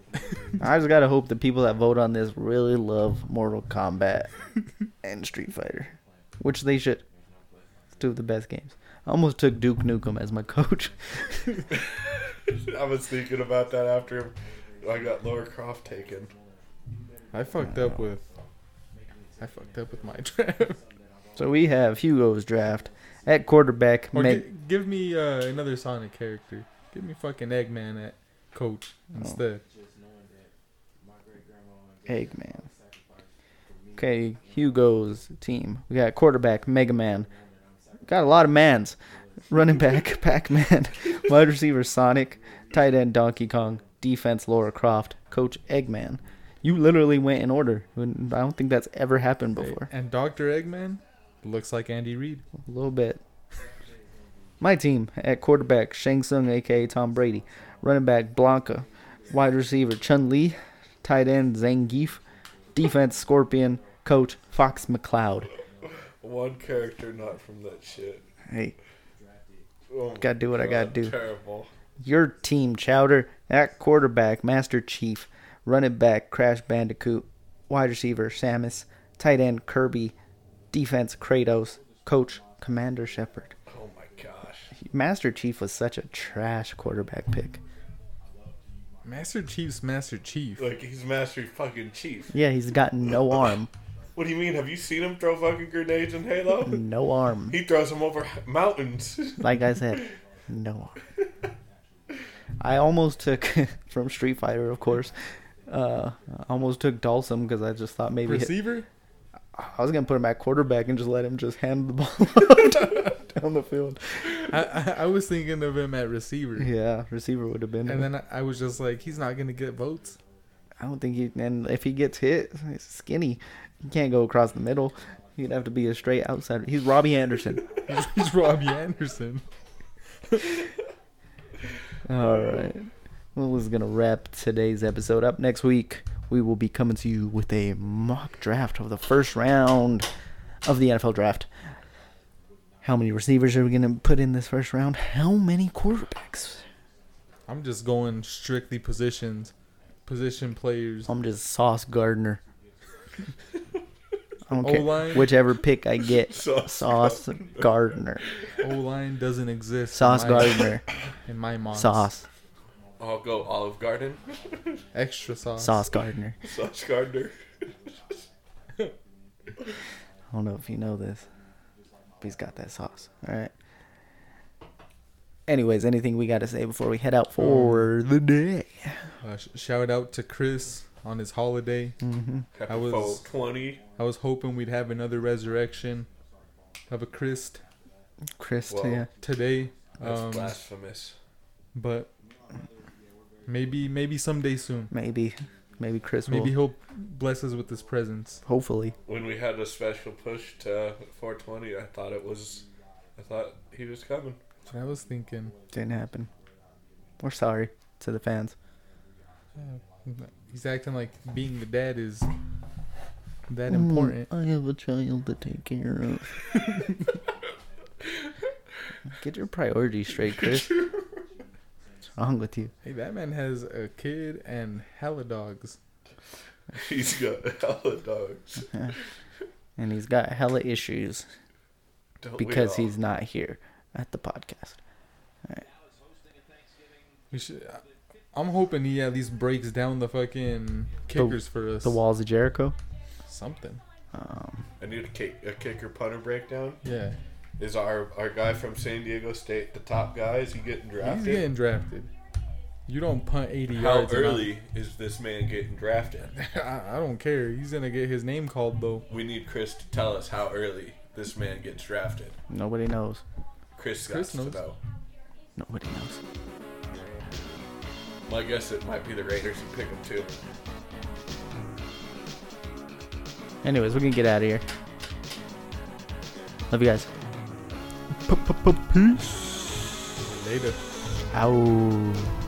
I just gotta hope the people that vote on this really love Mortal Kombat and Street Fighter, which they should. It's two of the best games. I almost took Duke Nukem as my coach.
I was thinking about that after I got Laura Croft taken.
I fucked up with. I fucked up with my draft.
so we have Hugo's draft at quarterback.
or
Meg-
gi- give me uh, another Sonic character. Give me fucking Eggman at coach
Oh.
instead.
Eggman. Okay, Hugo's team. We got quarterback, Mega Man. Got a lot of mans. Running back, Pac Man. Wide receiver, Sonic. Tight end, Donkey Kong. Defense, Laura Croft. Coach, Eggman. You literally went in order. I don't think that's ever happened before.
And Doctor Eggman looks like Andy Reid.
A little bit. My team at quarterback, Shang Tsung, aka Tom Brady. Running back, Blanca. Wide receiver, Chun Li. Tight end, Zangief. Defense, Scorpion. Coach, Fox McCloud.
One character not from that shit.
Hey,
Oh my
Gotta do what I gotta do.
Terrible.
your team, Chowder. At quarterback, Master Chief. Running back, Crash Bandicoot. Wide receiver, Samus. Tight end, Kirby. Defense, Kratos. Coach, Commander Shepard.
Oh my gosh.
Master Chief was such a trash quarterback pick.
Master Chief's Master Chief.
Like he's master fucking chief.
Yeah, he's got no arm.
What do you mean? Have you seen him throw fucking grenades in Halo?
No arm.
he throws them over mountains.
Like I said, no arm. I almost took from Street Fighter, of course. Uh, I almost took Dalsum because I just thought maybe hit-
Receiver?
I was gonna put him at quarterback and just let him just hand the ball down the field.
I, I, I was thinking of him at receiver.
Yeah, receiver would have been.
And then I, I was just like, he's not going to get votes.
I don't think he. And if he gets hit, he's skinny. He can't go across the middle. He'd have to be a straight outsider. He's Robbie Anderson.
He's Robbie Anderson.
All right. Well, this is going to wrap today's episode up. Next week, we will be coming to you with a mock draft of the first round of the NFL draft. How many receivers are we going to put in this first round? How many quarterbacks?
I'm just going strictly positions, position players.
I'm just Sauce Gardner. I don't care.
O-line.
Whichever pick I get,
Sauce
Sauce Gardner.
O line doesn't exist. in
Sauce
my-
Gardner.
In my mind.
Sauce.
I'll go Olive Garden,
Extra sauce.
Sauce Gardner.
Sauce Gardner.
I don't know if you know this, but he's got that sauce. All right. Anyways, anything we got to say before we head out for the day?
Uh, sh- shout out to Chris on his holiday.
Mm.
Happy
I was-
20.
I was hoping we'd have another resurrection of a Christ
Chris,
Well,
yeah.
today.
That's
Um,
blasphemous.
but maybe maybe someday soon.
maybe, maybe Chris
Maybe
will.
he'll bless us with his presence.
Hopefully,
When we had a special push to 420, I thought it was. I thought he was coming.
That's what I was thinking.
didn't happen. We're sorry to the fans.
He's acting like being the dad is
Hmm.
that important.
Oh, I have a child to take care of. Get your priorities straight, Chris. What's wrong with you?
Hey, that man has a kid and hella dogs.
He's got hella dogs.
And he's got hella issues.
Don't we
because
all?
he's not here at the podcast.
We should. I- I'm hoping he at least breaks down the fucking kickers for us.
The walls of Jericho.
Something.
Um,
I need a, kick, a kicker punter breakdown.
Yeah.
Is our our guy from San Diego State the top guy? Is he getting
He's
drafted?
getting drafted. You don't punt 80
How
yards. and not-
early is this man getting drafted?
I, I don't care. He's gonna get his name called though.
We need Chris to tell us how early this man gets drafted.
nobody knows.
Chris
Chris, Chris knows.
knows.
to know.
Nobody knows.
My guess it might be the Raiders who pick him too.
Anyways, we can get out of here. Love you guys. P- p- p- Peace.
Later.
Ow.